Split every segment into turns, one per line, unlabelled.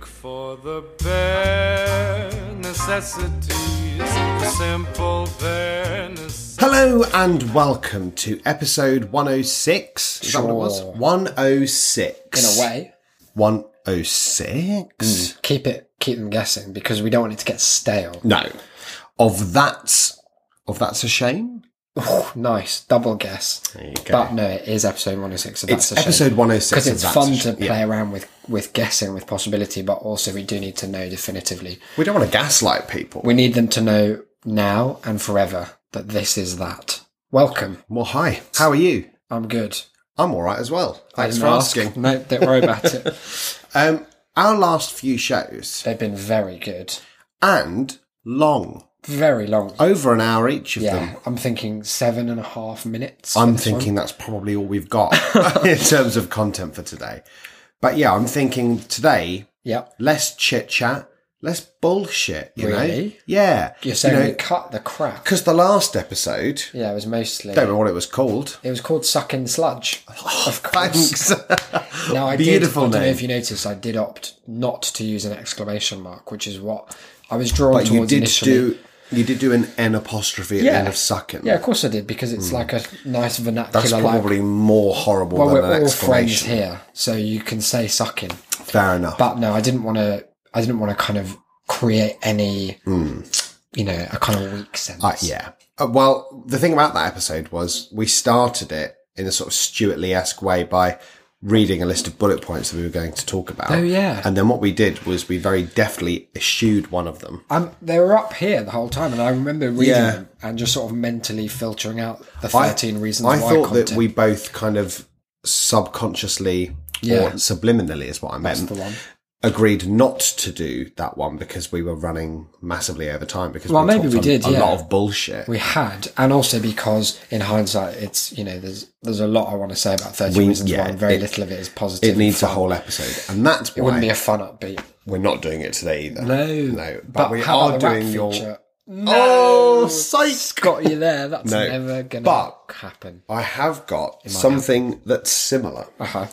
For the bare necessities, simple bare necessities.
Hello and welcome to episode 106. Is that what it was?
Sure.
106.
in a way.
106?
Keep it, keep them guessing because we don't want it to get stale.
No. Of that's of that's a shame.
Ooh, nice double guess.
There you go.
But no, it is episode one hundred six. So that's
It's
a shame.
episode 106
because
of
it's
That's
fun
a
to
Shame, yeah.
play around with with guessing with possibility, but also we do need to know definitively.
we don't want to gaslight people.
We need them to know now and forever that this is that. Welcome.
well, hi. How are you?
I'm good.
I'm all right as well.
I
Thanks
didn't
for
ask.
asking.
No, don't worry about it.
Um, our last few shows
They've been very good,
and long,
very long.
over an hour each of them.
Yeah, I'm thinking seven and a half minutes.
I'm thinking that's probably all we've got in terms of content for today. But yeah, I'm thinking today
Yep.
less chit chat, less bullshit. You know,
Really?
yeah.
You're saying
you
we cut the crap.
because the last episode,
Yeah, it was mostly.
I don't know what it was called.
It was called Sucking Sludge. of course.
Oh, Thanks.
Now, I
Beautiful
did, I don't
name.
know if you noticed, I did opt not to use an exclamation mark, which is what I was drawn
but
towards
you did
initially.
do. You did do an N apostrophe at the end of sucking.
Yeah, of course I did, because it's like a nice vernacular.
Hmm. That's
like,
probably more horrible
well,
than an
we're all friends
exclamation.
here, so you can say sucking.
Fair enough.
But no, I didn't want to. I didn't want to kind of create any, you know, a kind of weak sense.
Uh, Hmm. yeah. Uh, well, the thing about that episode was we started it in a sort of Stuart Lee esque way by reading a list of bullet points that we were going to talk about.
Oh, yeah.
And then what we did was we very deftly eschewed one of them.
Um, they were up here the whole time, and I remember reading
Yeah.
them and just sort of mentally filtering out the thirteen reasons
I
why
thought
content.
that we both kind of subconsciously or
Yeah.
subliminally is what I meant.
the one.
Agreed not to do that one because we were running massively over time because
Well, maybe
talked
we
a-
did,
a
yeah.
lot of bullshit.
we had, and also because in hindsight, it's you know there's there's a lot I want to say about thirteen
We-
reasons
yeah,
why, and very
it-
little of it is positive.
it needs a
and fun.
whole episode, and that's
It wouldn't
why
be a fun upbeat.
we're not doing it today either.
No,
no, but, we
how
are
about the rap
doing your.
feature?
Oh,
No,
psych!
got you there. That's
No,
never gonna
but-
happen.
I have got something that's similar.
Uh-huh.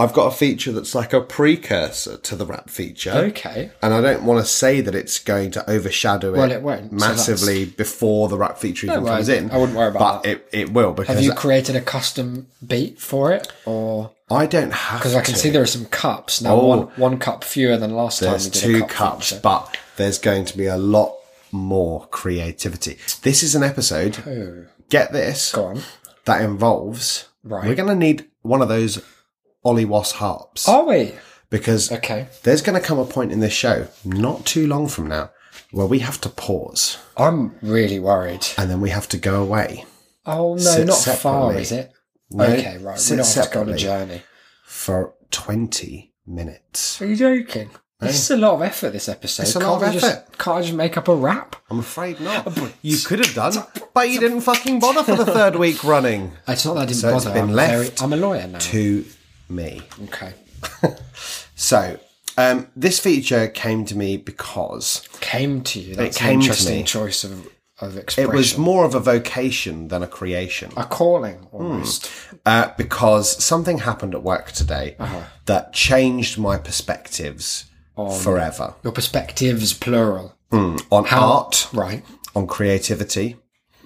I've got a feature that's like a precursor to the rap feature.
Okay.
And I don't want to say that it's going to overshadow it,
Well, it won't, so
massively before the rap feature even
worry.
comes in.
I wouldn't worry about
but it, it will because
Have you created a custom beat for it, or
I don't have
because I can
to.
see there are some cups now?
Oh.
One one cup fewer than last time.
There's
we did
two
a cup
cups,
feature.
but there's going to be a lot more creativity. This is an episode. Get this.
Oh, Go on.
that involves.
Right.
We're going to need one of those Ollie Was harps
Are we
because
okay?
there's going to come a point in this show, not too long from now, where we have to pause
I'm really worried.
and then we have to go away.
Oh no,
Sit
not far,
separately.
is it?
No,
okay, right.
sit
We don't have to go on
separately.
a journey.
for 20 minutes.
Are you joking? This is a lot of effort. This episode.
It's a lot
Can't
of
we
effort.
Just, can't I just make up a rap?
I'm afraid not. Uh, You could have done, but you didn't fucking bother for the third week running.
It's not that I didn't
So it's
bother.
been
I'm,
left
very, I'm a lawyer now.
To me.
okay.
So, um, this feature came to me because
Came to you. That's
came
an
to
interesting
me.
choice of of
it
expression.
was more of a vocation than a creation.
a calling almost.
Uh, because something happened at work today
Uh-huh.
that changed my perspectives forever
Your perspectives, plural.
on art,
Right.
on creativity.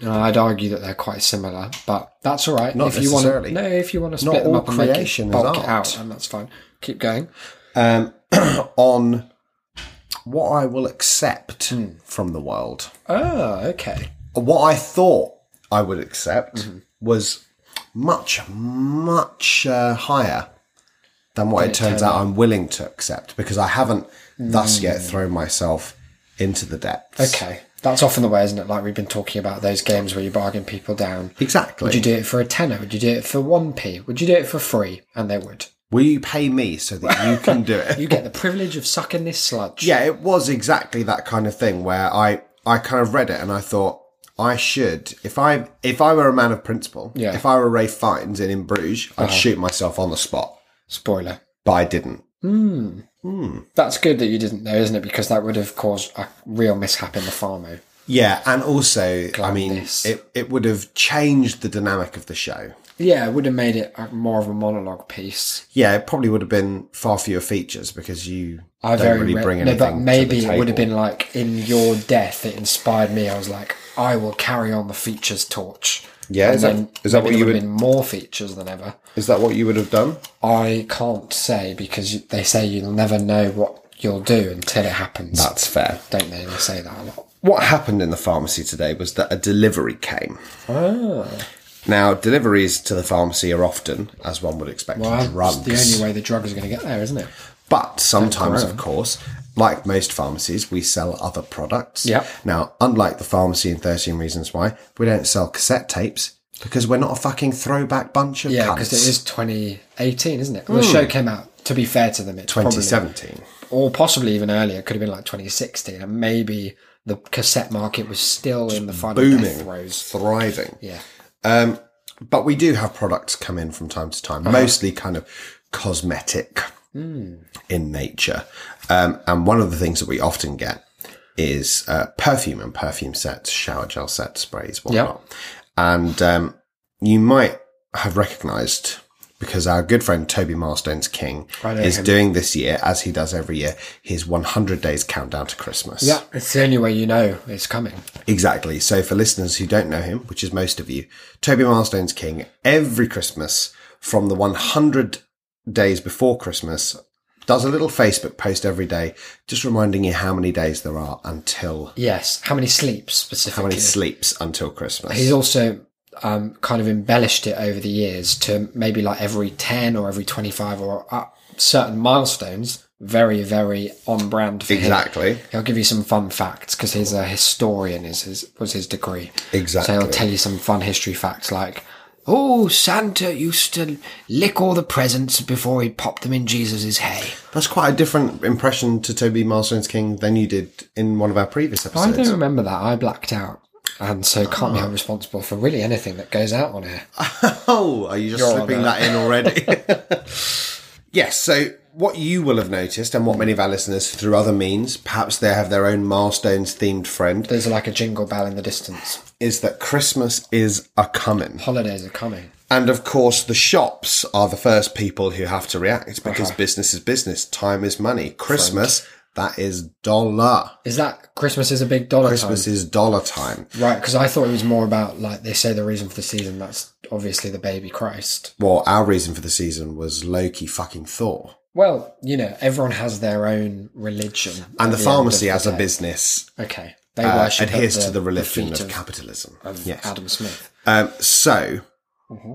No, I'd argue that they're quite similar, but that's all right.
Not
if you want to,
necessarily.
no, if you want to split them
all
up and make
creation
it
is
bulk
art.
it out, and that's fine. Keep going.
um, on what I will accept
Hmm.
from the world.
Oh, okay.
What I thought I would accept
Mm-hmm.
was much, much uh, higher than what it turns out I'm willing to accept because I haven't thus yet thrown myself into the depths.
Mm. Okay. That's often the way, isn't it? Like we've been talking about those games where you bargain people down.
Exactly.
Would you do it for a tenner? Would you do it for 1p? Would you do it for free? And they would.
Will you pay me so that you can do it?
You get the privilege of sucking this sludge.
yeah, it was exactly that kind of thing where I, I kind of read it and I thought, I should, if I, if I were a man of principle,
Yeah. Uh-huh.
if I were Ray Fiennes and in Bruges, I'd shoot myself on the spot,
Spoiler.
but I didn't.
That's good that you didn't know, isn't it? Because that would have caused a real mishap in the farmo.
Yeah. And also, I mean,
Gladness.
it, it would have changed the dynamic of the show.
Yeah, it would have made it uh, more of a monologue piece.
Yeah, it probably would have been far fewer features because you
I
don't
very
really
re-
bring
no,
anything.
but maybe
to the
it would have
table.
been like in your death. It inspired me. I was like, I will carry on the features torch.
Yeah,
And
is that-
then
is that
maybe
what you
there
would-
have been more features than ever?
Is that what you would have done?
I can't say because you- they say you'll never know what you'll do until it happens.
That's fair.
Don't they? They say that a lot.
What happened in the pharmacy today was that a delivery came.
Ah.
Now, deliveries to the pharmacy are often, as one would expect,
Well,
drugs.
it's the only way the drugs are going to get there, isn't it?
But sometimes, of
Corona.
course, like most pharmacies, we sell other products.
Yep.
Now, unlike the pharmacy in 13 Reasons Why, we don't sell cassette tapes because we're not a fucking throwback bunch of
Yeah,
cunts. Hmm.
because it is 2018, isn't it? Well, The show came out. To be fair to them, it's probably-
2017.
or possibly even earlier. It could have been like 2016, and maybe the cassette market was still in the final death
Booming,
throes.
thriving.
Yeah,
But we do have products come in from time to time,
Uh-huh.
mostly kind of cosmetic
Hmm.
in nature. Um, and one of the things that we often get is uh, perfume and perfume sets, shower gel sets, sprays, whatnot. And um, you might have recognized because our good friend Toby Milestones King
know
is
him.
doing this year, as he does every year, his 100 days countdown to Christmas.
yeah. It's the only way you know it's coming.
Exactly. So for listeners who don't know him, which is most of you, Toby Milestone's King every Christmas from the 100 days before Christmas does a little Facebook post every day, just reminding you how many days there are until
Yes. How many sleeps specifically?
how many sleeps until Christmas.
He's also um, kind of embellished it over the years to maybe like every 10 or every 25 or uh, certain milestones. Very, very on brand for him.
exactly.
He'll give you some fun facts because he's a historian. Is his was his degree?
Exactly.
So he'll tell you some fun history facts like, "Oh, Santa used to lick all the presents before he popped them in Jesus's hay."
That's quite a different impression to Toby Milestone's King than you did in one of our previous
I
episodes.
don't remember that. I blacked out, and so
Uh-huh.
can't be held responsible for really anything that goes out on air.
Oh, are you just
You're
slipping
on
that in already? yes. So, what you will have noticed, and what many of our listeners through other means, perhaps they have their own milestones themed friend,
There's like a jingle bell in the distance.
is that Christmas is a coming.
Holidays are coming.
And of course, the shops are the first people who have to react because
Uh-huh.
business is business, time is money. Christmas, that is dollar.
Is that Christmas is a big dollar
Christmas
time?
is dollar time.
Right, because I thought it was more about like they say the reason for the season. That's obviously the baby Christ.
Well, our reason for the season was Loki fucking Thor.
Well, you know, everyone has their own religion,
And the,
at end
pharmacy
of
as a
day.
business
Okay, they
uh,
worship at
adheres to the religion
feet
of capitalism.
of
yes.
Adam Smith.
Um, so
Mm-hmm.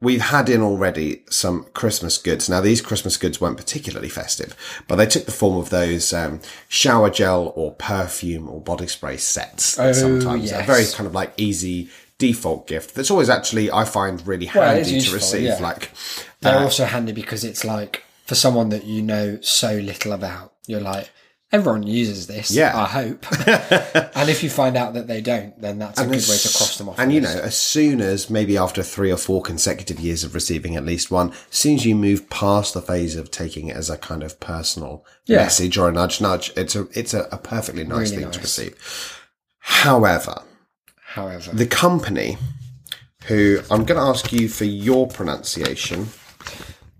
we've had in already some Christmas goods. Now these Christmas goods weren't particularly festive, but they took the form of those um, shower gel or perfume or body spray sets. That
Oh,
sometimes are
yes.
very kind of like easy default gift. That's always actually I find really
Well, it is
handy to
useful,
receive.
yeah.
Like Uh,
They're also handy because it's like for someone that you know so little about, you're like, everyone uses this.
Yeah.
I hope. and if you find out that they don't, then that's a good way to cross them off.
And
the
you know,
list.
as soon as maybe after three or four consecutive years of receiving at least one, as soon as you move past the phase of taking it as a kind of personal
Yeah.
message or a nudge nudge, it's a it's a, a perfectly nice
Really
thing to
nice.
receive. However,
however,
the company who I'm gonna ask you for your pronunciation,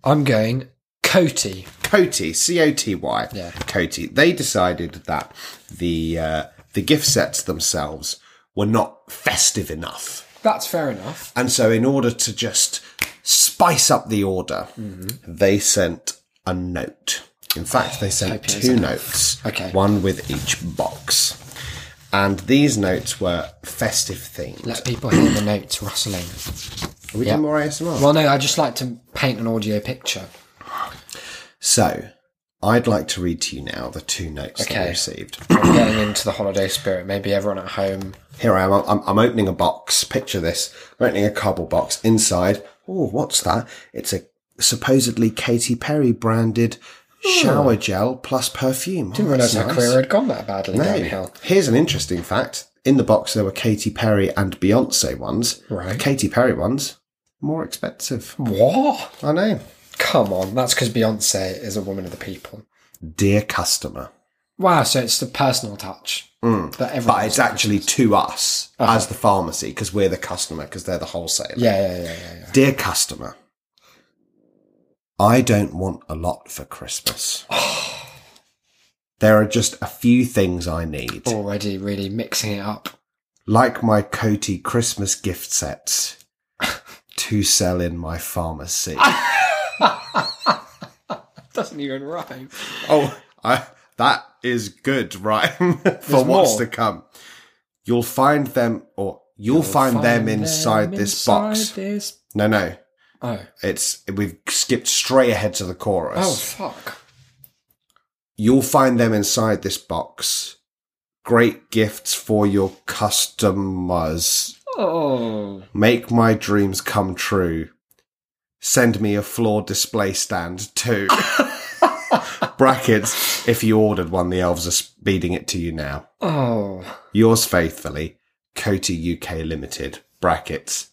I'm going Coty.
Coty, C O T Y.
Yeah.
Coty. They decided that the uh, the gift sets themselves were not festive enough.
That's fair enough.
And so, in order to just spice up the order, they sent a note. In fact, they sent
hope it
two
is
notes,
Okay.
one with each box. And these notes were festive themed.
Let people hear the notes rustling.
Are we doing more ASMR?
Well, no, I just like to paint an audio picture.
so, I'd like to read to you now the two notes that we
Okay.
received.
I'm getting into the holiday spirit. Maybe everyone at home
Here I am. I'm, I'm opening a box. Picture this. I'm opening a cardboard box. Inside, oh, what's that? It's a supposedly Katy Perry branded shower gel plus perfume. Oh, Didn't
realised her career had gone that badly downhill.
Here's an interesting fact. In the box, there were Katy Perry and Beyonce ones.
Right.
The Katy Perry ones more expensive.
What?
I know.
Come on, that's because Beyonce is a woman of the people.
Dear customer,
Wow, so it's the personal touch. But everyone.
but it's actually to us as the pharmacy because we're the customer because they're the wholesaler.
yeah, yeah, yeah, yeah, yeah.
Dear customer, I don't want a lot for Christmas. there are just a few things I need,
Already really mixing it up.
like my Coty Christmas gift sets to sell in my pharmacy.
Doesn't even rhyme.
oh, I, that is good, right? for what's
more.
to come. You'll find them, or you'll, find, them inside this box.
This.
No, no.
Oh.
It's we've skipped straight ahead to the chorus.
Oh fuck.
You'll find them inside this box. Great gifts for your customers.
Oh.
Make my dreams come true. Send me a floor display stand too. Brackets, if you ordered one, the elves are speeding it to you now.
Oh.
Yours faithfully, Coty UK Limited. Brackets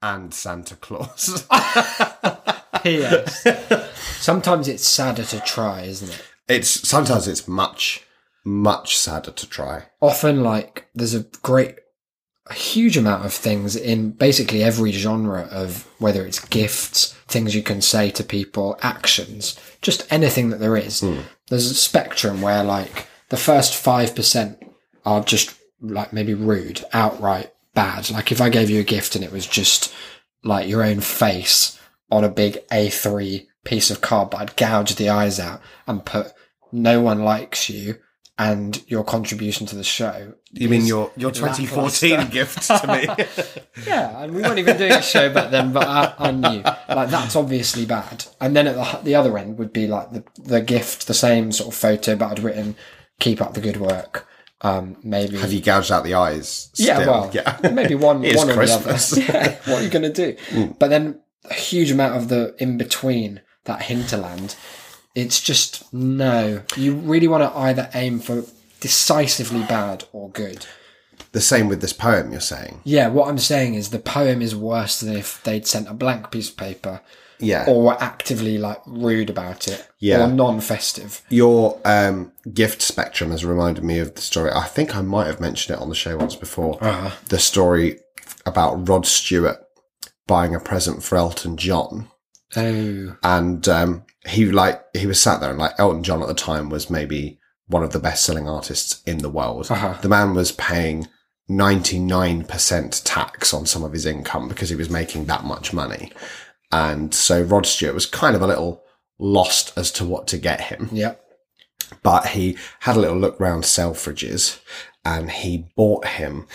and Santa Claus.
P.S. Sometimes it's sadder to try, isn't it?
it's sometimes it's much, much sadder to try.
often like there's a great a huge amount of things in basically every genre of whether it's gifts things you can say to people actions just anything that there is there's a spectrum where like the first 5% are just like maybe rude outright bad like if i gave you a gift and it was just like your own face on a big A3 piece of cardboard, gouge the eyes out, and put "No one likes you" and your contribution to the show.
You mean your your
lackluster.
2014 gift to me?
Yeah, and we weren't even doing a show back then, but I, I knew like that's obviously bad. And then at the, the other end would be like the the gift, the same sort of photo, but I'd written "Keep up the good work." Um, maybe
Have you gouged out the eyes? Still?
Yeah, well, maybe one,
It is
one or
Christmas. Mm.
the other. Yeah, what are you going to do? But then a huge amount of the in between that hinterland, it's just no. You really want to either aim for decisively bad or good.
the same with this poem you're saying.
Yeah, what I'm saying is the poem is worse than if they'd sent a blank piece of paper
Yeah,
or were actively like rude about it
Yeah.
or non-festive.
your um, gift spectrum has reminded me of the story. I think I might have mentioned it on the show once before.
Uh-huh.
The story about Rod Stewart buying a present for Elton John,
Oh,
and um, he like he was sat there and like Elton John at the time was maybe one of the best-selling artists in the world.
Uh-huh.
The man was paying. 99% tax on some of his income because he was making that much money. And so Rod Stewart was kind of a little lost as to what to get him
yeah.
but he had a little look round Selfridges and he bought him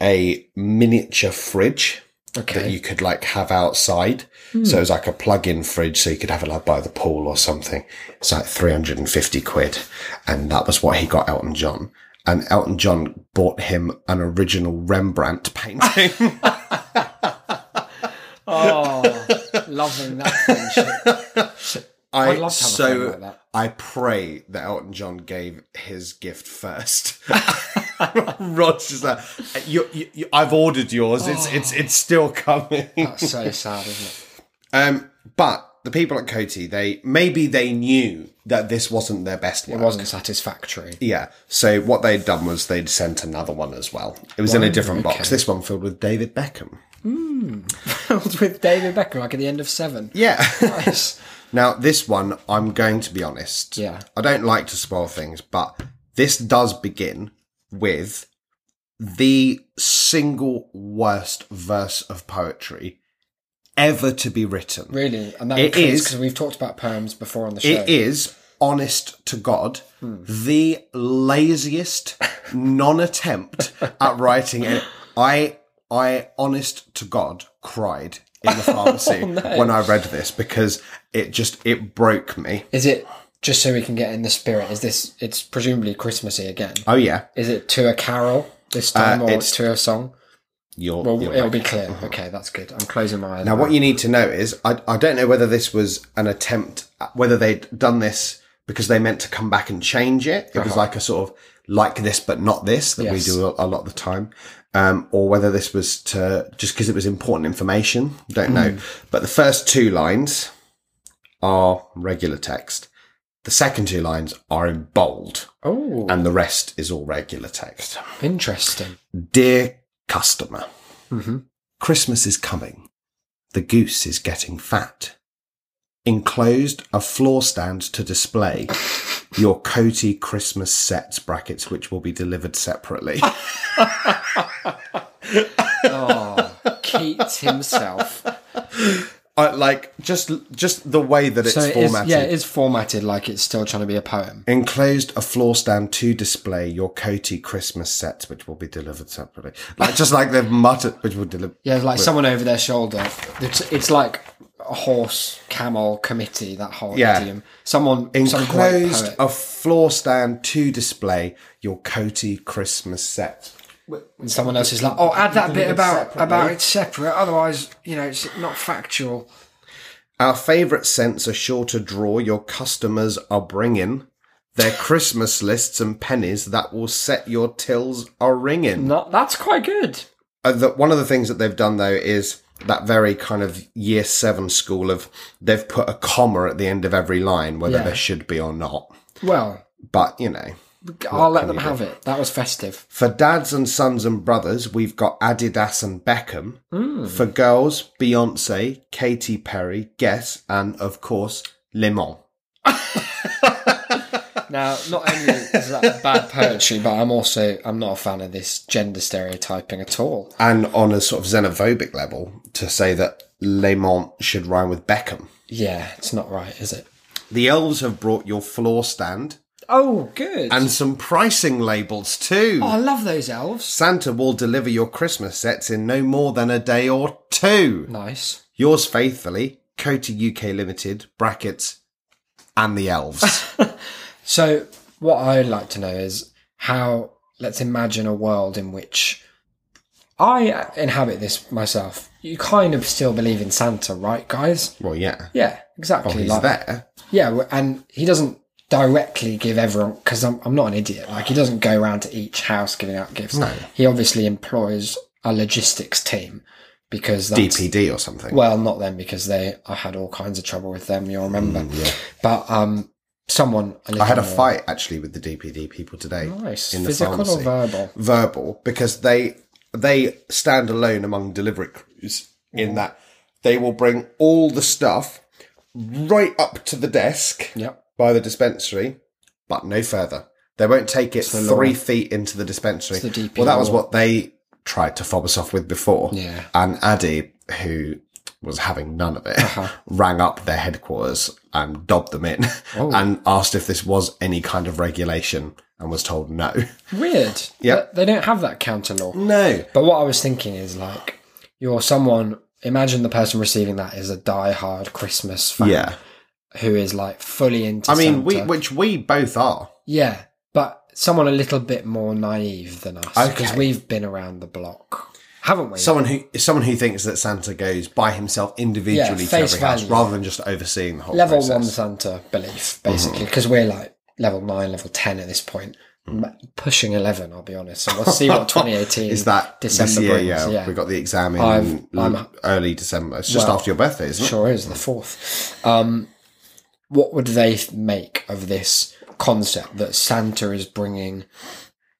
a miniature fridge that
Okay. Hmm.
you could like have outside. So it was like a plug-in fridge, so you could have it like by the pool or something. It's like 350 quid. And that was what he got Elton John. And Elton John bought him an original Rembrandt painting.
oh, loving that friendship.
I
I'd love to have a
so
friend like that.
I pray that Elton John gave his gift first. Rod's just like, you, you, you- I've ordered yours. It's
Oh.
it's it's still coming.
That's so sad, isn't it?
Um, but the people at Coty, they maybe they knew that this wasn't their best work.
It wasn't satisfactory.
Yeah. So what they'd done was they'd sent another one as well. It was in a different box. This one filled with David Beckham.
filled with David Beckham, like at the end of Seven.
Yeah.
Yes.
Now, this one, I'm going to be honest.
Yeah.
I don't like to spoil things, but this does begin with the single worst verse of poetry ever to be written.
Really, and that
It
includes
is-
because we've talked about poems before on the show.
It is, honest to God, the laziest non attempt at writing it. I, I, honest to God, cried in the pharmacy when I read this because it just it broke me.
Is it just so we can get in the spirit? Is this? It's presumably Christmassy again.
Oh yeah,
Is it to a carol this time,
Uh,
or
it's-
to a song?
you're.
Well,
you're
it'll
right.
be clear. Okay, that's good. I'm closing my eyes.
Now,
now.
what you need to know is I, I don't know whether this was an attempt, whether they'd done this because they meant to come back and change it. It was like a sort of like this, but not this that
Yes.
we do a, a lot of the time. Um, or whether this was to just because it was important information. Don't know. But the first two lines are regular text. The second two lines are in bold,
Oh,
and the rest is all regular text.
interesting.
Dear customer,
hmm
Christmas is coming. The goose is getting fat. Enclosed a floor stand to display your Coty Christmas sets brackets, which will be delivered separately.
Oh, Keats himself.
I, like just just the way that it's
so it is,
formatted.
yeah, it is formatted like it's still trying to be a poem.
Enclosed a floor stand to display your Coty Christmas sets, which will be delivered separately. Like just like they've muttered, which will deliver.
Yeah, like someone over their shoulder. It's, it's like a horse, camel, committee. That whole
Yeah.
idiom. Someone, some great
Enclosed
poet.
a floor stand to display your Coty Christmas sets.
And someone else is like, "Oh, add that bit about
separately.
about it's separate. Otherwise, you know, it's not factual."
Our favourite scents are sure to draw your customers are bringing their Christmas lists and pennies that will set your tills a ringing.
Not that's quite good.
Uh, the, one of the things that they've done though is that very kind of year seven school of they've put a comma at the end of every line, whether
Yeah.
there should be or not.
Well,
But you know,
I'll let them have it. That was festive.
for dads and sons and brothers, we've got Adidas and Beckham.
Hmm.
For girls, Beyonce, Katy Perry, Guess, and of course, Le Mans.
Now, not only is that bad poetry, but I'm also I'm not a fan of this gender stereotyping at all.
And on a sort of xenophobic level, to say that Le Mans should rhyme with Beckham.
Yeah, it's not right, is it?
The elves have brought your floor stand
Oh, good.
and some pricing labels too.
oh, I love those elves.
Santa will deliver your Christmas sets in no more than a day or two.
Nice.
Yours faithfully, Coty UK Limited, brackets, and the elves.
So, what I'd like to know is how. Let's imagine a world in which I inhabit this myself. You kind of still believe in Santa, right, guys?
well, yeah.
Yeah, exactly.
Oh, He's
like-
there.
Yeah, w- and he doesn't directly give everyone because I'm, I'm not an idiot. Like he doesn't go around to each house giving out gifts.
No.
He obviously employs a logistics team because that's,
DPD or something.
well, not them because they I had all kinds of trouble with them. You'll remember, but um, someone a
Mm, I had a
little
fight actually with the DPD people today.
more- Nice,
in the
physical
pharmacy.
or verbal?
verbal because they they stand alone among delivery crews in that they will bring all the stuff right up to the desk
Yep.
by the dispensary, but no further. They won't take it
the law.
three feet into the dispensary.
It's the DP
well, that was
law.
what they tried to fob us off with before.
Yeah.
And Addy, who was having none of it,
Uh-huh.
rang up their headquarters and dobbed them in
Oh.
and asked if this was any kind of regulation and was told no.
Weird.
Yeah.
They they don't have that counter law.
No.
But what I was thinking is like you're someone. Imagine the person receiving that is a die-hard Christmas fan.
Yeah.
who is like fully into.
I mean, we,
Santa.
which we both are.
yeah, but someone a little bit more naive than us because
Okay.
we've been around the block, haven't we?
Someone who someone who thinks that Santa goes by himself individually
Yeah,
to
face
every house
value.
rather than just overseeing the whole
level
process. Mm-hmm.
one Santa belief, basically, because we're like level nine, level ten at this point,
Mm.
M- pushing eleven. I'll be honest, so we'll see what 2018
Is that
December
this year?
brings.
yeah,
Yeah,
we got the exam in
I've-
l-
I'm-
early December. It's just
Well, mm-hmm.
after your birthday, isn't it?
sure is the fourth. Um, what would they make of this concept that Santa is bringing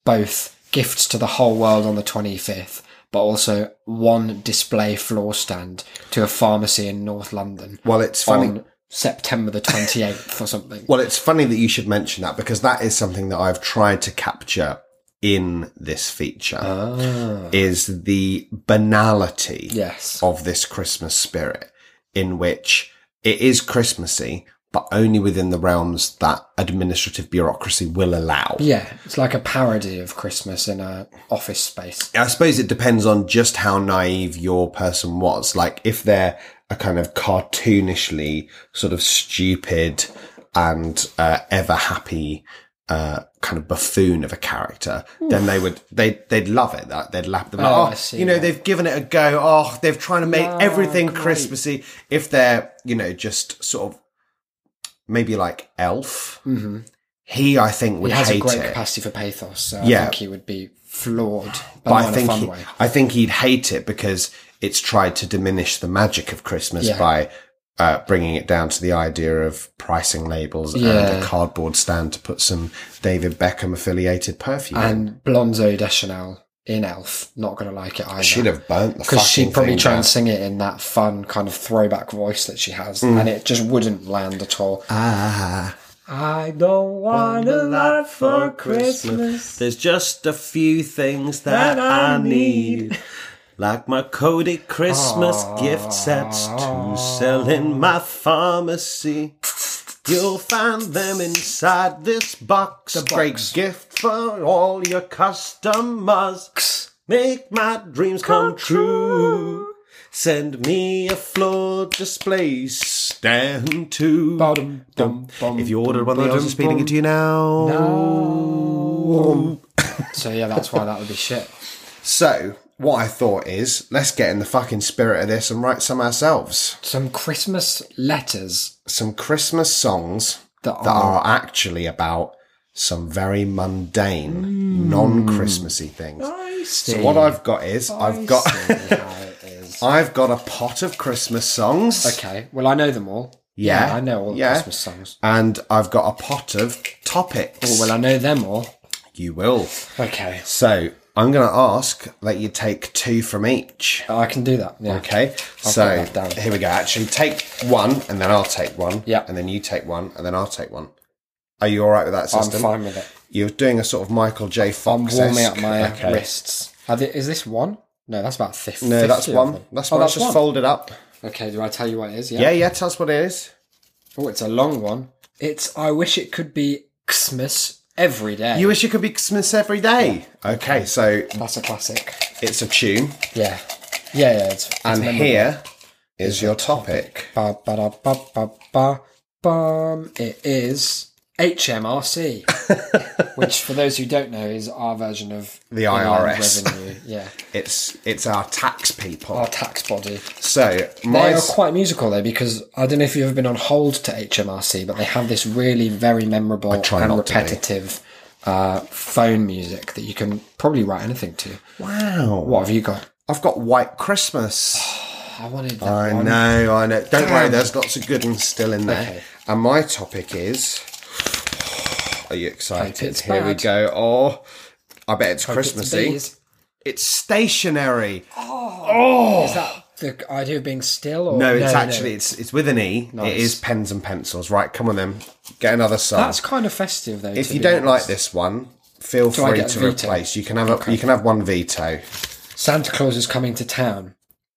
both gifts to the whole world on the 25th, but also one display floor stand to a pharmacy in North London
Well, it's funny.
on September the 28th or something?
Well, it's funny that you should mention that because that is something that I've tried to capture in this feature.
Ah.
Is the banality
yes.
of this Christmas spirit, in which it is Christmassy, but only within the realms that administrative bureaucracy will allow.
Yeah, it's like a parody of Christmas in a office space.
I suppose it depends on just how naive your person was. Like if they're a kind of cartoonishly sort of stupid and uh, ever happy uh, kind of buffoon of a character, then they would they they'd love it. That they'd lap them.
Oh,
Oh,
I see,
you know
yeah.
they've given it a go. Oh, they've trying to make everything Christmassy. If they're you know just sort of maybe like Elf,
hmm
he I think would
He has a
hate
great
it.
capacity for pathos, so I
Yeah.
think he would be flawed, but,
but
not
I
in
think
a fun
he,
way.
I think he'd hate it because it's tried to diminish the magic of Christmas
Yeah.
by uh, bringing it down to the idea of pricing labels and
Yeah.
a cardboard stand to put some David Beckham affiliated perfume. in.
And Blonzo Deschanel in Elf, not going to like it either.
she'd have burnt the
because she'd
fucking
probably
thing
try
down.
and sing it in that fun kind of throwback voice that she has,
Mm.
and it just wouldn't land at all.
ah.
I don't want a lot for
Christmas. There's just a few things that, I, need. Like my coded Christmas gift sets to sell in my pharmacy. You'll find them inside this box. A
box.
great gift for all your customers. Make my dreams come true. Send me a floor display stand too.
Bottom, bum, bum,
If you ordered one of the
bottom,
odds, I'm speeding it to you now.
So yeah, that's why that would be shit.
So, what I thought is, let's get in the fucking spirit of this and write some ourselves.
Some Christmas letters
Some Christmas songs
that
that
are
are actually about some very mundane,
Hmm.
non Christmassy things. So, what I've got is, I've got. I've got a pot of Christmas songs.
okay. Well, I know them all.
Yeah.
I know all the
Yeah.
Christmas songs.
And I've got a pot of topics.
Oh, well, I know them all.
you will.
Okay,
So I'm going to ask that you take two from each.
I can do that. Yeah.
Okay.
I'll
so
put that down.
here we go. Actually, take one, and then I'll take one.
Yeah.
And then you take one, and then I'll take one. Are you all right with that
I'm
system?
fine with it.
You're doing a sort of Michael J.
I'm
Fox.
warming up my uh, wrists. Are the- is this one? No, that's about fifty.
No, that's
50 of
one.
them.
That's
Oh,
one. That's just
one.
folded up.
Okay, do I tell you what it is?
Yeah, yeah. Tell us what it is.
Oh, it's a long one. It's I wish it could be Xmas every day.
You wish you could be Christmas every day. Okay, so
That's a classic.
it's a tune,
Yeah, yeah, yeah. It's, it's
and
memorable.
here is your topic.
Ba, ba, da, ba, ba, ba, bum. It is HMRC, which for those who don't know is our version of
The
Inland
IRS.
Revenue. Yeah,
It's it's our tax people.
our tax body.
so
Oh. They
my
are quite musical though, because I don't know if you've ever been on hold to HMRC, but they have this really very memorable
try
and
not to be.
repetitive uh, phone music that you can probably write anything to.
wow.
What have you got?
I've got White Christmas.
I wanted that
I
one.
know, I know. Don't worry,
Damn.
there's lots of good ones still in there.
Okay.
And my topic is. Are you excited?
it's
Here we
bad.
go. Oh, I bet it's
It's
Christmassy. It's,
bees.
stationary.
Is that the idea of being still? Or?
No, it's actually it's it's with an e. It
Nice.
is pens and pencils. Right, come on then, get another song.
That's kind of festive though.
if you don't like this one, feel
I
free
get
to
a veto?
replace. You can have a, you can have one veto.
Santa Claus is coming to town.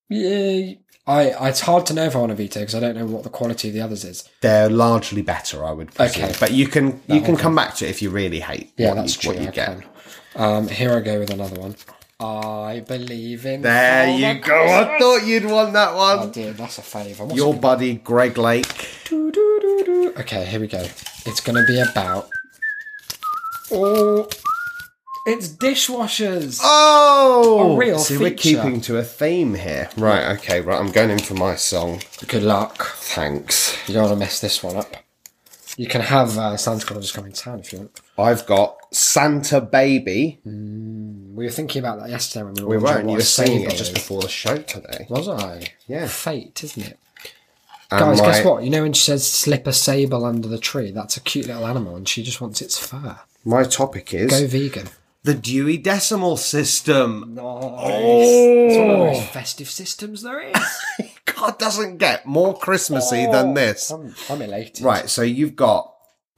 Yeah, I, I- it's hard to know if I want a veto because I don't know what the quality of the others is.
They're largely better, I would presume.
Okay.
But you can you can come back to it if you really hate.
Yeah,
what
that's
you,
true.
What you
I
get.
can. Um, here I go with another one. I believe in.
There
Father
you go. I thought you'd won that
Oh
one.
dear, that's a fave. I
Your buddy Greg Lake.
Your... Okay, here we go. It's going to be about. Oh, it's dishwashers.
Oh,
A real
See, we're
feature.
keeping to a theme here. Right. Okay. Right. I'm going in for my song.
Good luck.
Thanks.
You don't want to mess this one up. You can have uh, Santa Claus is coming to town if you want.
I've got Santa Baby.
We were thinking about that yesterday when we were
We
wondering
weren't. You
Mm-hmm. what
were
a
singing
savour
it just
is.
before the show today.
Was I?
Yeah.
Fate, isn't it?
And
Guys, guess
my-
what? You know when she says slip a sable under the tree? That's a cute little animal and she just wants its fur.
My topic is
Go vegan.
the Dewey Decimal System.
It's one of the most festive systems there is.
God doesn't get more Christmassy
Oh,
than this.
I'm, I'm elated.
Right, so you've got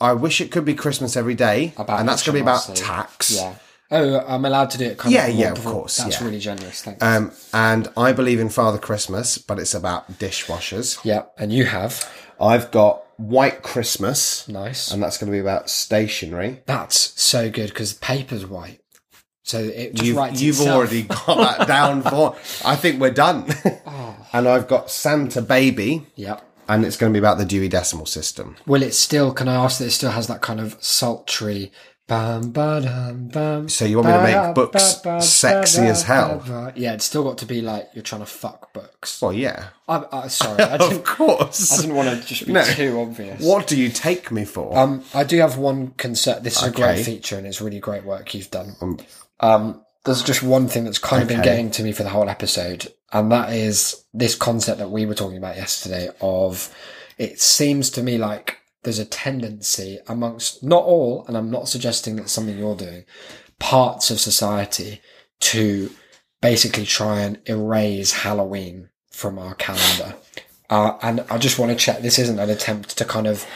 I wish it could be Christmas every day,
About
and that's going to be about
HMRC.
tax.
Yeah. Oh, I'm allowed to do it kind
Yeah,
of.
yeah, of
before-
course,
That's
yeah.
really generous. Thanks.
Um, and I believe in Father Christmas, but it's about dishwashers.
yeah, and you have.
I've got White Christmas,
Nice.
and that's going to be about stationery.
That's so good because the paper's white. So it just
You've,
writes
you've
itself.
already got that down for. I think we're done.
Oh.
And I've got Santa Baby,
Yeah.
and it's going to be about the Dewey Decimal System.
Well, it still, can I ask that it still has that kind of sultry. Bam, ba, dum, bam,
So you want me to make
ba-da,
books
ba-ba,
sexy
ba-da,
as hell?
ba-ba. Yeah, it's still got to be like you're trying to fuck books.
Well, yeah,
I'm I, sorry, I
of
didn't, I
course.
didn't want to just be
No.
too obvious.
What do you take me for?
Um, I do have one concern. This is a
Okay.
great feature, and it's really great work you've done. Um, there's just one thing that's kind of been
Okay.
getting to me for the whole episode, And that is this concept that we were talking about yesterday of it seems to me like there's a tendency amongst not all, and I'm not suggesting that's something you're doing, parts of society to basically try and erase Halloween from our calendar. Uh, and I just want to check this isn't an attempt to kind of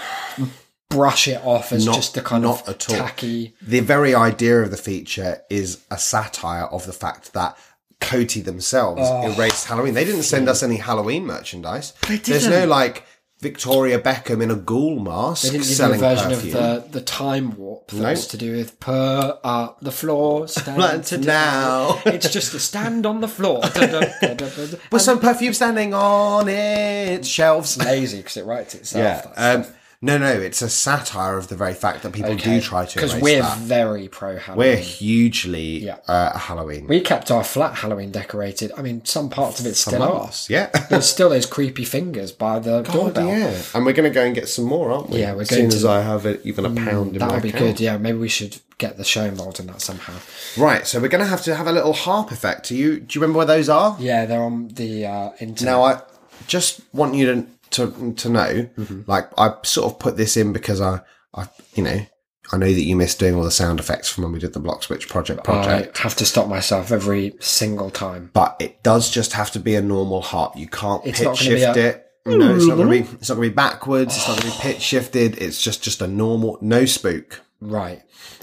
brush it off as
Not-
just a kind
not
of
at all.
tacky.
The very idea of the feature is a satire of the fact that Coty themselves
Oh.
erased Halloween. They didn't send us any Halloween merchandise. There's no like Victoria Beckham in a ghoul mask
They didn't give you a
selling
version
perfume.
of the, the time warp that
No.
was to do with purr up the floor, stand
Plant
to
now.
it's just a stand on the floor. Dun, dun, dun, dun, dun.
With some perfume standing on its shelves.
Lazy because it writes itself.
Yeah. Um, no, no, it's a satire of the very fact that people do try to
because
erase
we're
that.
very pro Halloween.
We're hugely
Yeah.
uh, Halloween.
We kept our flat Halloween decorated. I mean, some parts of it still
Among
are.
Us, yeah.
There's still those creepy fingers by the doorbell.
yeah. And we're going to go and get some more, aren't we?
Yeah, we're
as
going
soon
to-
as I have it, even a pound in
That
my
would be
account.
good. Yeah, maybe we should get the show involved in that somehow.
Right, so we're going to have to have a little harp effect. Do you do you remember where those are?
Yeah, they're on the uh, internet.
Now I just want you to to, to know,
Mm-hmm.
like I sort of put this in because I I you know I know that you missed doing all the sound effects from when we did the Block Switch project project.
I have to stop myself every single time.
but it does just have to be a normal harp. You can't
It's
pitch
not gonna be
shift
a-
it. No, it's not gonna be. It's not gonna be backwards. It's not gonna be pitch shifted. It's just just a normal, no spook.
Right.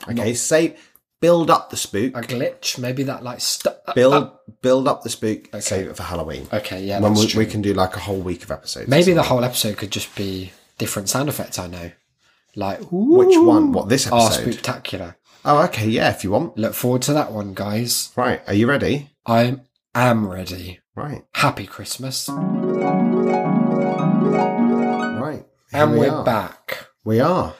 Okay, say build up the spook.
A glitch, maybe that like stuff.
Build build up the spook. Save it for Halloween.
Okay, yeah,
when
that's
we,
true.
we can do like a whole week of episodes.
Maybe the whole episode could just be different sound effects I know. Like,
Which one? What this
Ah,
episode?
spooktacular.
Oh, okay, yeah. If you want,
Look forward to that one, guys.
right? Are you ready?
I am ready.
Right,
Happy Christmas.
right. Here
and
we
we're
are.
back.
We are.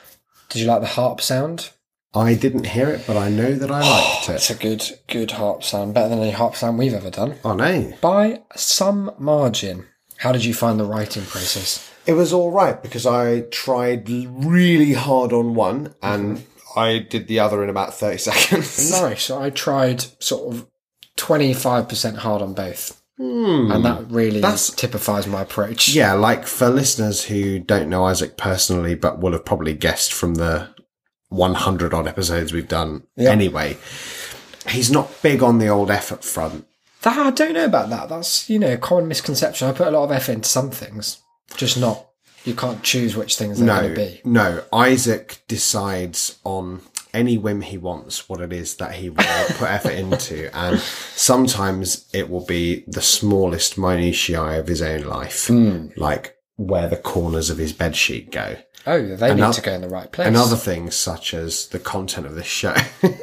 Did you like the harp sound?
I didn't hear it, but I know that I liked
It's
it.
a good, good harp sound. Better than any harp sound we've ever done.
Oh no.
By some margin. How did you find the writing process?
It was all right because I tried l- really hard on one and I did the other in about 30 seconds.
Nice. I tried sort of 25% hard on both. And that really
That's-
typifies my approach.
Yeah, like for listeners who don't know Isaac personally, but will have probably guessed from the 100 odd episodes we've done anyway, he's not big on the old effort front.
That, I don't know about that. That's, you know, a common misconception. I put a lot of effort into some things, just not. You can't choose which things they're going to
No,
be.
no. Isaac decides on any whim he wants what it is that he will put effort into, and sometimes it will be the smallest minutiae of his own life, like where the corners of his bedsheet go,
Oh, they
Ano-
need to go in the right place.
and other things such as the content of this show,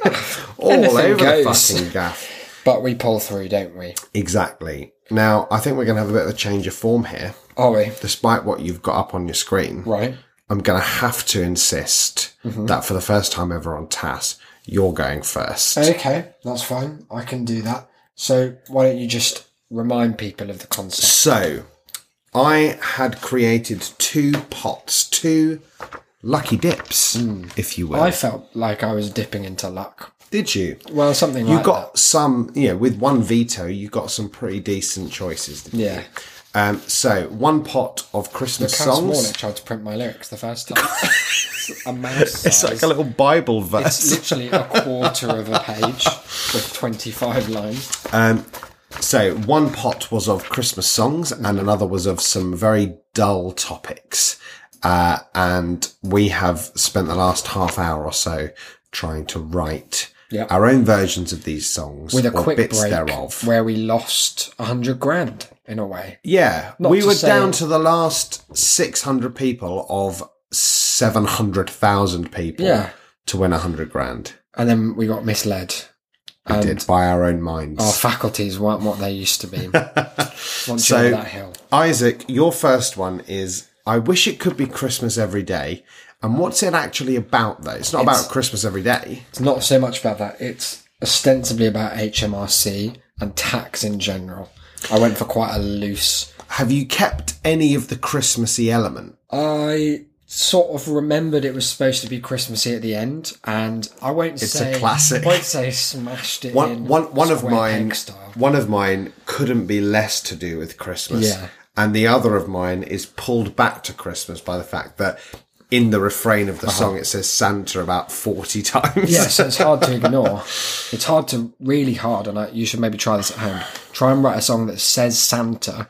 all
Anything
over
goes.
the fucking gaff.
But we pull through, don't we?
Exactly. Now, I think we're going to have a bit of a change of form here.
Are we?
Despite what you've got up on your screen,
Right. Mm-hmm.
I'm going to have to insist that for the first time ever on TAS, you're going first.
Okay, that's fine. I can do that. So why don't you just remind people of the concept?
So, I had created two pots, two lucky dips, if you will.
Hmm. I felt like I was dipping into luck.
Did you?
Well, something
You
like
got some, you know, with one veto, you got some pretty decent choices.
that.
didn't
Yeah.
you? Um, so, one pot of Christmas
Cass
songs.
Warner tried to print my lyrics the first time. a mouse size.
It's like a little Bible
It's
verse.
literally a quarter of a page with 25 lines.
So one pot was of Christmas songs, and another was of some very dull topics. Uh, and we have spent the last half hour or so trying to write
Yep.
our own versions of these songs
With a
or
quick
bits
break
thereof.
where we lost 100 grand in a way.
yeah, we
to
were
say-
down to the last six hundred people of seven hundred thousand people
Yeah.
to win a hundred grand.
And then we got misled.
We did by our own minds.
Our faculties weren't what they used to be. Once you're
So-
over that hill.
Isaac, your first one is I wish it could be Christmas every day. And what's it actually about though? It's not about Christmas every day.
It's not so much about that. It's ostensibly about HMRC and tax in general. I went for quite a loose.
Have you kept any of the Christmassy element?
I sort of remembered it was supposed to be Christmassy at the end, and I won't
a
say
classic.
I won't say smashed it
One-
in
one- one of
square
mine-
peg style.
One of mine couldn't be less to do with Christmas.
Yeah.
And the other of mine is pulled back to Christmas by the fact that in the refrain of the
Uh-huh.
song it says Santa about 40 times.
Yes, it's hard to ignore. It's hard to really hard, and I, you should maybe try this at home. Try and write a song that says Santa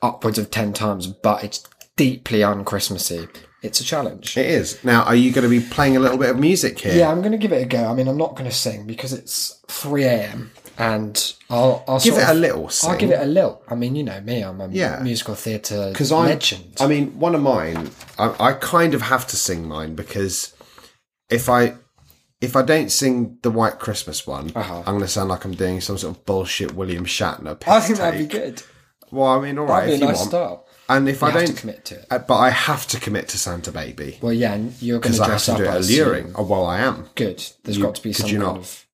upwards of ten times, but it's deeply un-Christmassy. It's a challenge.
It is. Now, are you going to be playing a little bit of music here?
yeah, I'm going to give it a go. I mean, I'm not going to sing because it's 3 a.m. and I'll, I'll
Give
sort
it a
of-
little
I'll
sing.
give it a little. I mean, you know me. I'm a
Yeah.
musical theatre
because I
legend.
I mean, one of mine. I, I kind of have to sing mine because if I if I don't sing the White Christmas one, I'm going to sound like I'm doing some sort of bullshit William Shatner. Piss
Uh-huh. I think that'd be
take.
good.
Well, I mean, all right,
That'd be
if
a
you
nice
want.
start.
And if I
have to
don't
commit to it.
uh, but I have to commit to Santa Baby
Well, yeah, and you're going
because
to
I have
dress
to
up.
do it
I assume.
alluring. Oh, well, I am.
Good. There's
You-
got to be
could
some
you
kind
not?
of.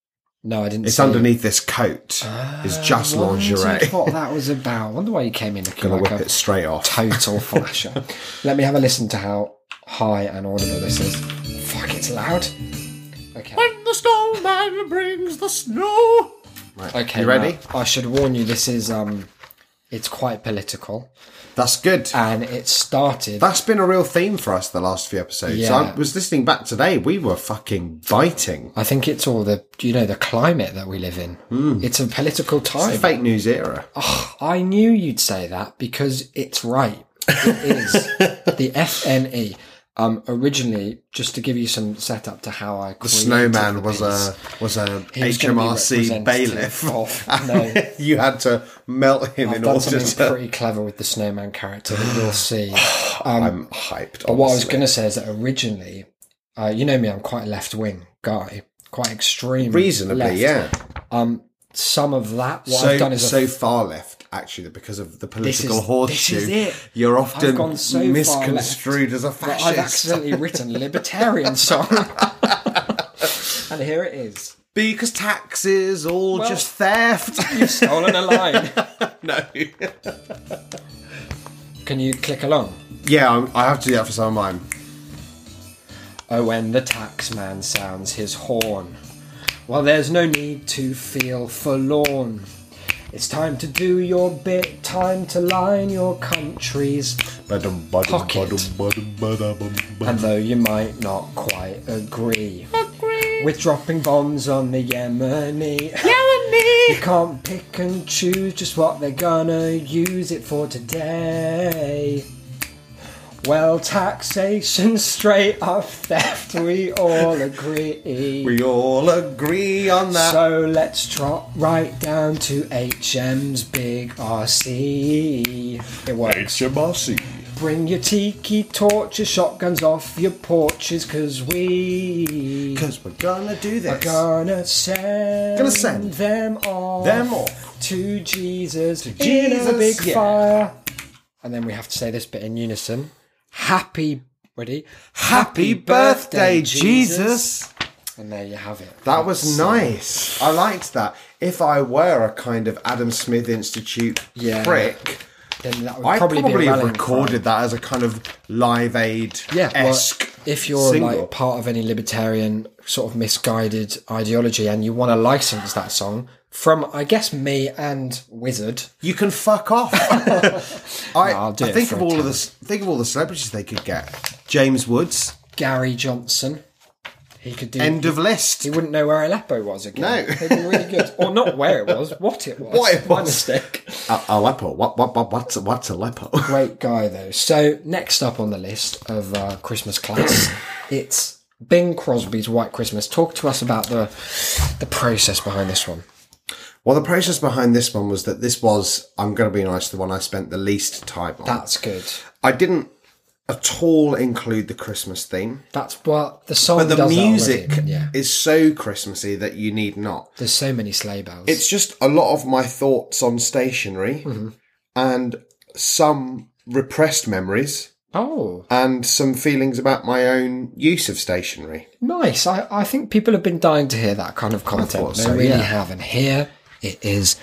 No, I didn't.
It's
see Ah, it.
underneath this coat. it's just lingerie.
Wondered what that was about. wonder why you came in looking
Gonna
like
whip
a
it straight off.
total flasher. Let me have a listen to how high and audible this is. Fuck, it's loud. Okay.
the snowman brings the snow. Right.
Okay.
you ready?
now, I should warn you. This is um, it's quite political,
That's good.
and it started.
That's been a real theme for us the last few episodes.
Yeah.
I was listening back today. We were fucking biting.
I think it's all the you know the climate that we live in.
Hmm.
It's a political time.
Fake news era.
Oh, I knew you'd say that because it's right. It is the FNE. Um, originally, just to give you some setup to how
the
I created
snowman was
bits.
a was a
He was gonna be
HMRC
representative
bailiff.
of- no,
you had to melt him
I've
in
done
order to.
something pretty clever with the snowman character that you'll see.
I'm hyped.
But what I was
honestly.
going to say is that originally, uh, you know me, I'm quite a left wing guy, quite extreme.
reasonably,
left.
yeah.
Um, some of that, what
so
I've done is
so
I've-
far left, actually, because of the political
this
horseshoe.
is it.
You're often
I've gone so far
misconstrued as a
that I've
fascist
accidentally written libertarian song. and here it is.
because taxes or
Well-
just theft.
You've stolen a line.
no.
Can you click along?
Yeah, I'm, I have to do that for some of mine.
Oh, when the taxman sounds his horn. Well, there's no need to feel forlorn. It's time to do your bit, time to line your countries. Pocket. And though you might not quite agree, with dropping bombs on the Yemeni, you can't pick and choose just what they're gonna use it for today. Well, taxation straight up theft, we all agree.
We all agree on that.
So let's trot right down to HM's Big RC. It works.
HMRC.
Bring your tiki torches, shotguns off your porches, cause we
Because we're gonna do
are
this.
gonna send,
Gonna send
them off
Them off.
to Jesus,
Jesus,
in a big
yeah.
fire. And then we have to say this bit in unison. Happy, ready?
Happy birthday, Jesus.
And there you have it.
That was
That's, uh,
nice. I liked that. If I were a kind of Adam Smith Institute
Yeah.
prick,
Then that would
I
probably,
probably,
be a
have
rallying
recorded
cry.
that as a kind of live aid
Yeah, well,
esque.
if you're
single.
like part of any libertarian sort of misguided ideology and you want to license that song from, I guess, me and Wizard,
you can fuck off. I,
I'll do
I
it
think
for
of
a
all of
tenner.
the think of all the celebrities they could get. James Woods,
Gary Johnson, he could do.
end of list.
he wouldn't know where Aleppo was again.
No.
It'd be really good. Or not where it was, what it was.
What it
My
was.
mistake.
A- Aleppo. What, what, what, what's, what's Aleppo?
Great guy, though. So, next up on the list of uh, Christmas class, it's Bing Crosby's White Christmas. Talk to us about the the process behind this one.
Well, the process behind this one was that this was, I'm going to be nice, the one I spent the least time on.
That's good.
I didn't at all include the Christmas theme.
That's what the song
But the
does that
music
already. Yeah.
is so Christmassy that you need not.
There's so many sleigh bells.
It's just a lot of my thoughts on stationery and some repressed memories
oh,
and some feelings about my own use of stationery.
nice. I, I think people have been dying to hear that kind of content.
thought
They
so,
really
yeah.
have. And here it is.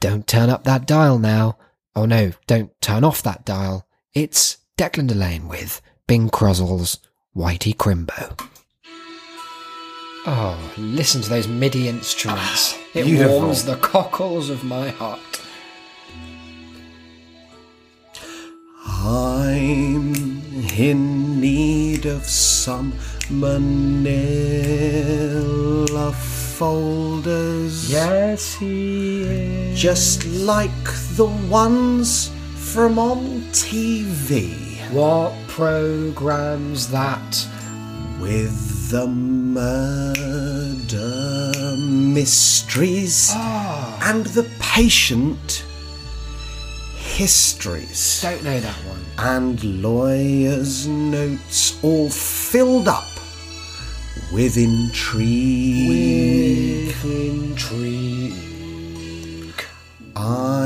Don't turn up that dial now. Oh no, don't turn off that dial. It's Declan Delane with Bing Crossel's Whitey Crimbo. Oh, listen to those MIDI instruments. It
Beautiful.
warms the cockles of my heart.
I'm in need of some manila folders.
Yes, he is.
Just like the ones from on TV.
What program's that?
With the murder mysteries and the patient histories
Don't know that one.
and lawyers' notes all filled up with intrigue.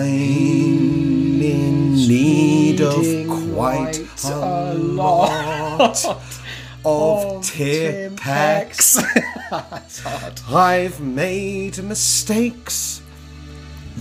I'm in need of quite a lot
Oh,
of tip packs. I've made mistakes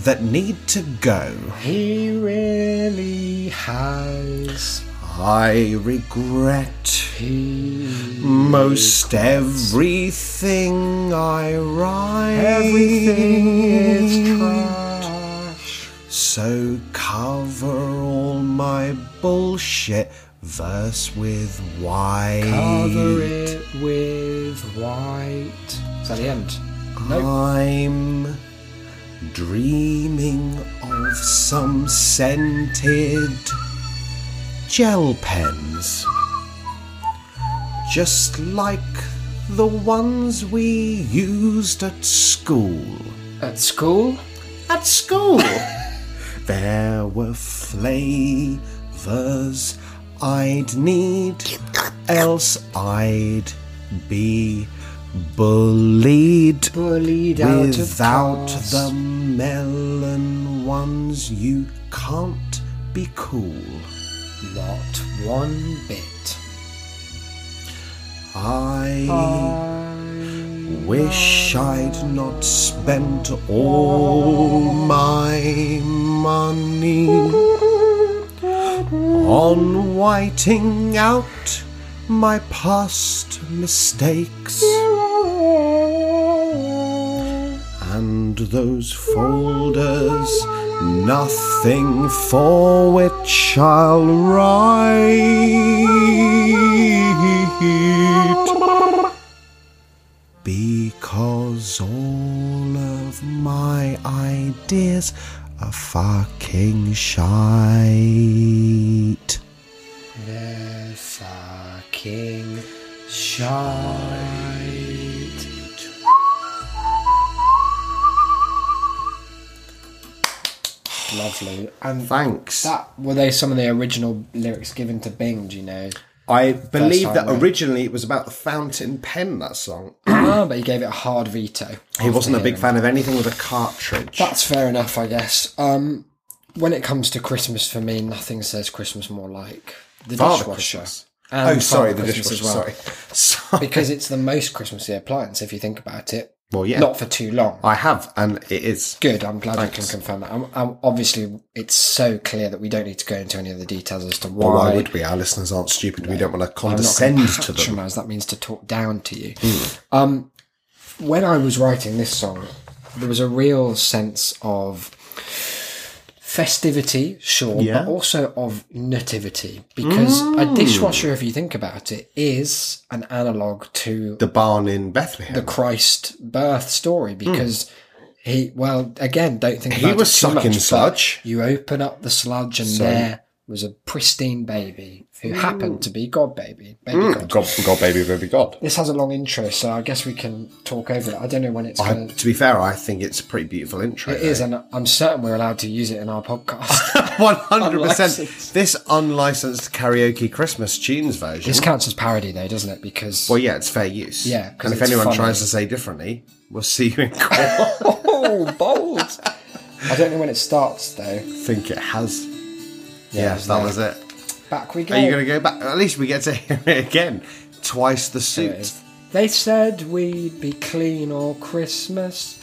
that need to go.
He really has.
I regret
He
most everything I write.
Everything is trash.
So cover all my bullshit verse with white.
Cover it with white. Is that the end? No.
I'm dreaming of some scented gel pens. Just like the ones we used at school.
At school?
At school, there were flavors I'd need, else I'd be bullied.
Bullied out of
Without
class.
the melon ones, you can't be cool.
Not one bit.
I wish I'd not spent all my money on whiting out my past mistakes and those folders, nothing for which I'll write. Because all of my ideas are fucking shite.
The fucking shite. Lovely. And
Thanks.
that were they some of the original lyrics given to Bing, do you know?
I believe
time
that
round.
originally it was about the fountain pen, that song.
ah, but he gave it a hard veto.
He wasn't a
after
big
hearing
fan of anything with a cartridge.
That's fair enough, I guess. Um, when it comes to Christmas, for me, nothing says Christmas more like the
Father
dishwasher.
Christmas.
And
oh, sorry, the
Father Christmas
dishwasher.
as well.
Sorry. sorry.
Because it's the most Christmassy appliance, if you think about it.
Well, yeah.
Not for too long.
I have, and it is.
Good, I'm glad I can confirm that. I'm, I'm, obviously, it's so clear that we don't need to go into any of the details as to why.
Well, why would we? Our listeners aren't stupid. we don't want to
I'm not
condescend
gonna
to them. Hmm.
patronise, That means to talk down to you. Um, when I was writing this song, there was a real sense of festivity, sure, but also of nativity because
Hmm.
a dishwasher, if you think about it, is an analogue to
The barn in Bethlehem.
the Christ birth story because. He well again. Don't think
Hmm. He
about it
was
too much,
sucking
but
sludge.
You open up the sludge, and there was a pristine baby who
Hmm.
happened to be God baby, baby God.
God, God, baby, baby, God.
This has a long intro, so I guess we can talk over it. I don't know when it's
I,
going to.
to be fair, I think it's a pretty beautiful intro.
It is, and I'm certain we're allowed to use it in our podcast.
One hundred percent.
Unlicensed.
This unlicensed karaoke Christmas tunes version.
this counts as parody, though, doesn't it? Because
well, yeah, it's fair use.
Yeah, 'cause
and if
it's
anyone
funny.
tries to say differently, we'll see you in court.
oh, bold! I don't know when it starts, though.
I think it has. Yeah,
isn't
that
it?
was it.
Back we go.
Are you going to go back? At least we get to hear it again. Twice the
There it
suit.
is. They said we'd be clean all Christmas.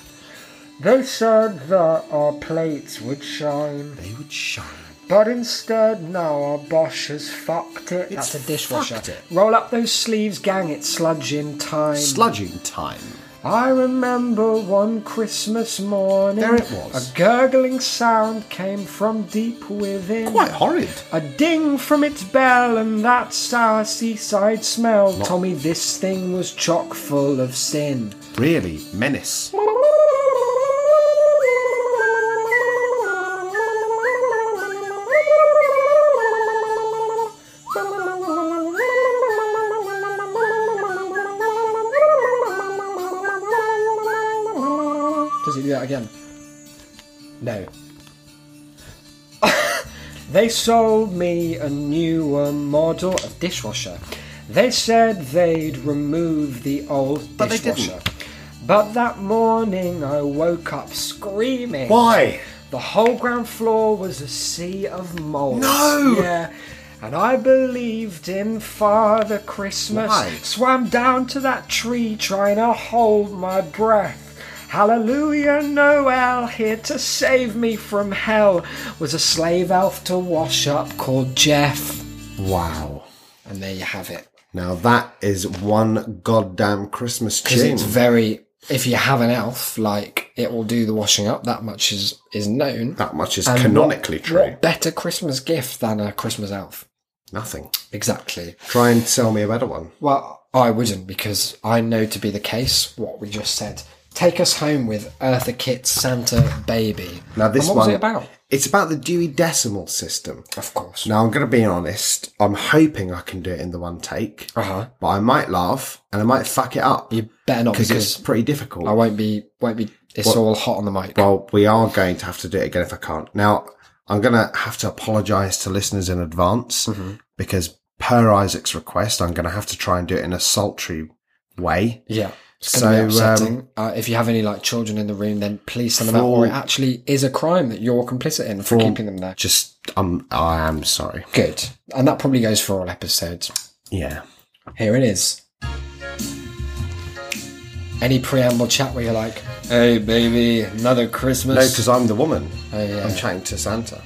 They said that our plates would shine,
They would shine.
but instead now our Bosch has fucked it.
It's
That's a dishwasher.
fucked it.
Roll up those sleeves, gang. It's sludge in time.
Sludging time.
I remember one Christmas morning.
There it was.
A gurgling sound came from deep within.
Quite horrid.
A ding from its bell and that sour seaside smell. Tommy, this thing was chock full of sin.
Really menace.
Does he do that again? No. they sold me a newer model of dishwasher. They said they'd remove the old
But they didn't.
dishwasher. But that morning I woke up screaming.
Why?
The whole ground floor was a sea of mold.
No!
Yeah. And I believed in Father Christmas.
Why?
Swam down to that tree trying to hold my breath. Hallelujah, Noel, here to save me from hell, was a slave elf to wash up called Jeff.
Wow.
And there you have it.
Now that is one goddamn Christmas
Because
tune.
it's very, if you have an elf, like, it will do the washing up. That much is, is known.
that much is
And
canonically
what-
true.
What better Christmas gift than a Christmas elf?
Nothing.
Exactly.
Try and sell me a better one.
Well, I wouldn't because I know to be the case what we just said. Take us home with Eartha Kitt's Santa Baby.
Now this
and
one.
what was it about?
It's about the Dewey Decimal System.
Of course.
Now I'm going to be honest. I'm hoping I can do it in the one take,
Uh huh.
but I might laugh and I might fuck it up
You better not
because
because
it's pretty difficult.
I won't be won't be. It's all hot on the mic.
Well, we are going to have to do it again if I can't. Now, I'm going to have to apologize to listeners in advance
Mm-hmm.
because, per Isaac's request, I'm going to have to try and do it in a sultry way.
yeah. It's going to be
so, um,
upsetting. uh, if you have any like children in the room, then please send them out.
For-
Or it actually is a crime that you're complicit in for, keeping them there.
Just, um, I am sorry.
Good, and that probably goes for all episodes.
Yeah.
Here it is. Any preamble chat where you're like, "Hey, baby, another Christmas."
No, because I'm the woman.
Oh, yeah.
I'm chatting to Santa.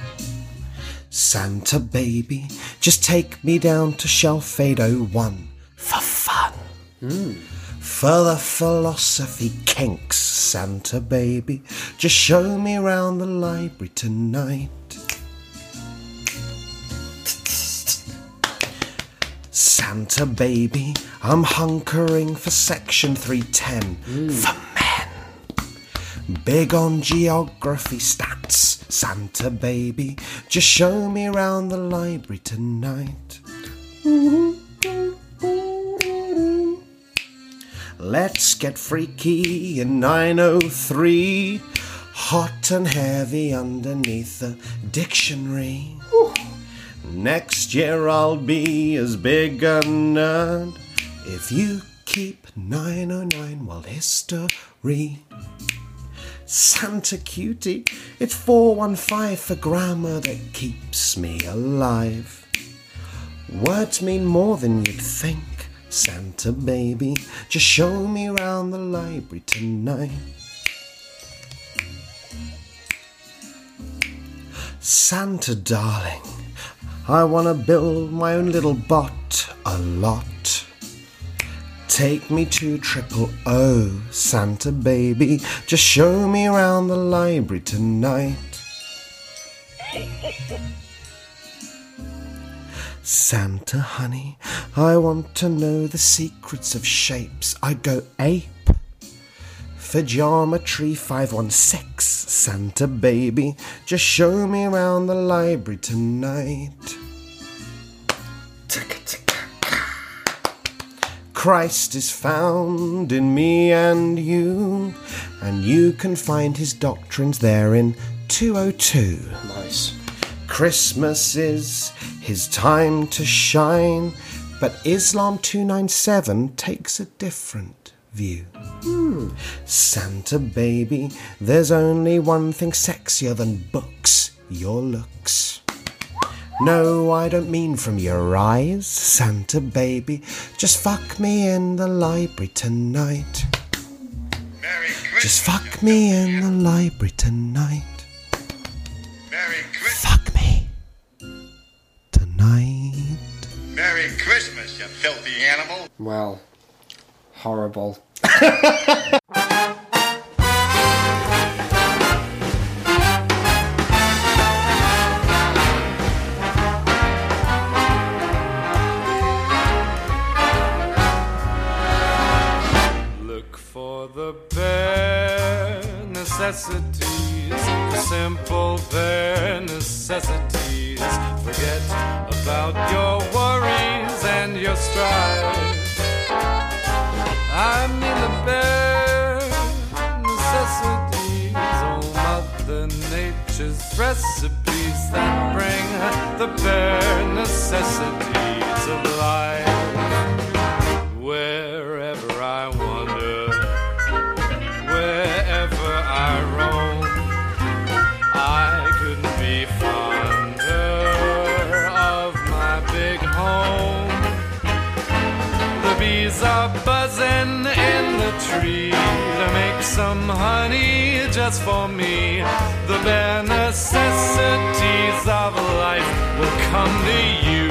Santa baby, just take me down to Shelfado 1 for fun.
Hmm.
For the philosophy kinks, Santa baby, just show me round the library tonight. Santa baby, I'm hunkering for section 310 for men. Big on geography stats, Santa baby. Just show me round the library tonight. Let's get freaky in 903. Hot and heavy underneath the dictionary. Next year I'll be as big a nerd if you keep 909 while history. Santa cutie, it's 415 for grammar that keeps me alive. Words mean more than you'd think, Santa baby. Just show me round the library tonight. Santa darling, I wanna build my own little bot a lot. Take me to triple O, Santa baby. Just show me around the library tonight. Santa honey, I want to know the secrets of shapes. I go ape for geometry 516, Santa baby. Just show me around the library tonight. Christ is found in me and you, and you can find his doctrines there in 202.
Nice.
Christmas is his time to shine, but Islam 297 takes a different view. Santa baby, there's only one thing sexier than books your looks. No, I don't mean from your eyes, Santa baby. Just fuck me in the library tonight.
Merry Christmas.
Just fuck me in the library tonight.
Merry Christmas.
Fuck me. Tonight.
Merry Christmas, you filthy animal.
Well, horrible.
for the bare necessities, the simple bare necessities. Forget about your worries and your strife. I mean the bare necessities, oh Mother Nature's recipes that bring the bare necessities of life. Wherever I wander, wherever I roam, I couldn't be fonder of my big home. The bees are buzzing in the tree to make some honey just for me. The bare necessities of life will come to you.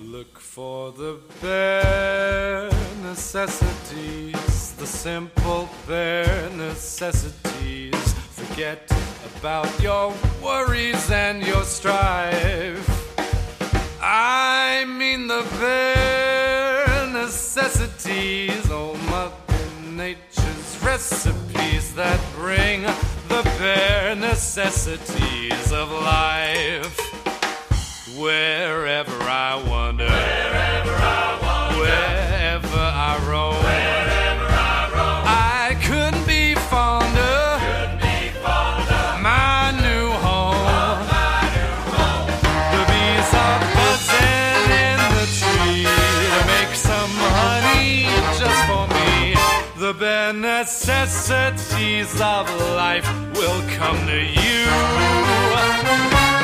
Look for the bare necessities, the simple bare necessities. Forget about your worries and your strife. I mean the bare necessities, oh Mother Nature's recipes that bring the bare necessities of life. Wherever I wander, wherever I wander, wherever I roam, wherever I roam, I couldn't be fonder, could be fonder, my new home, my new home. The bees are buzzing in the tree to make some honey just for me. The bare necessities of life will come to you.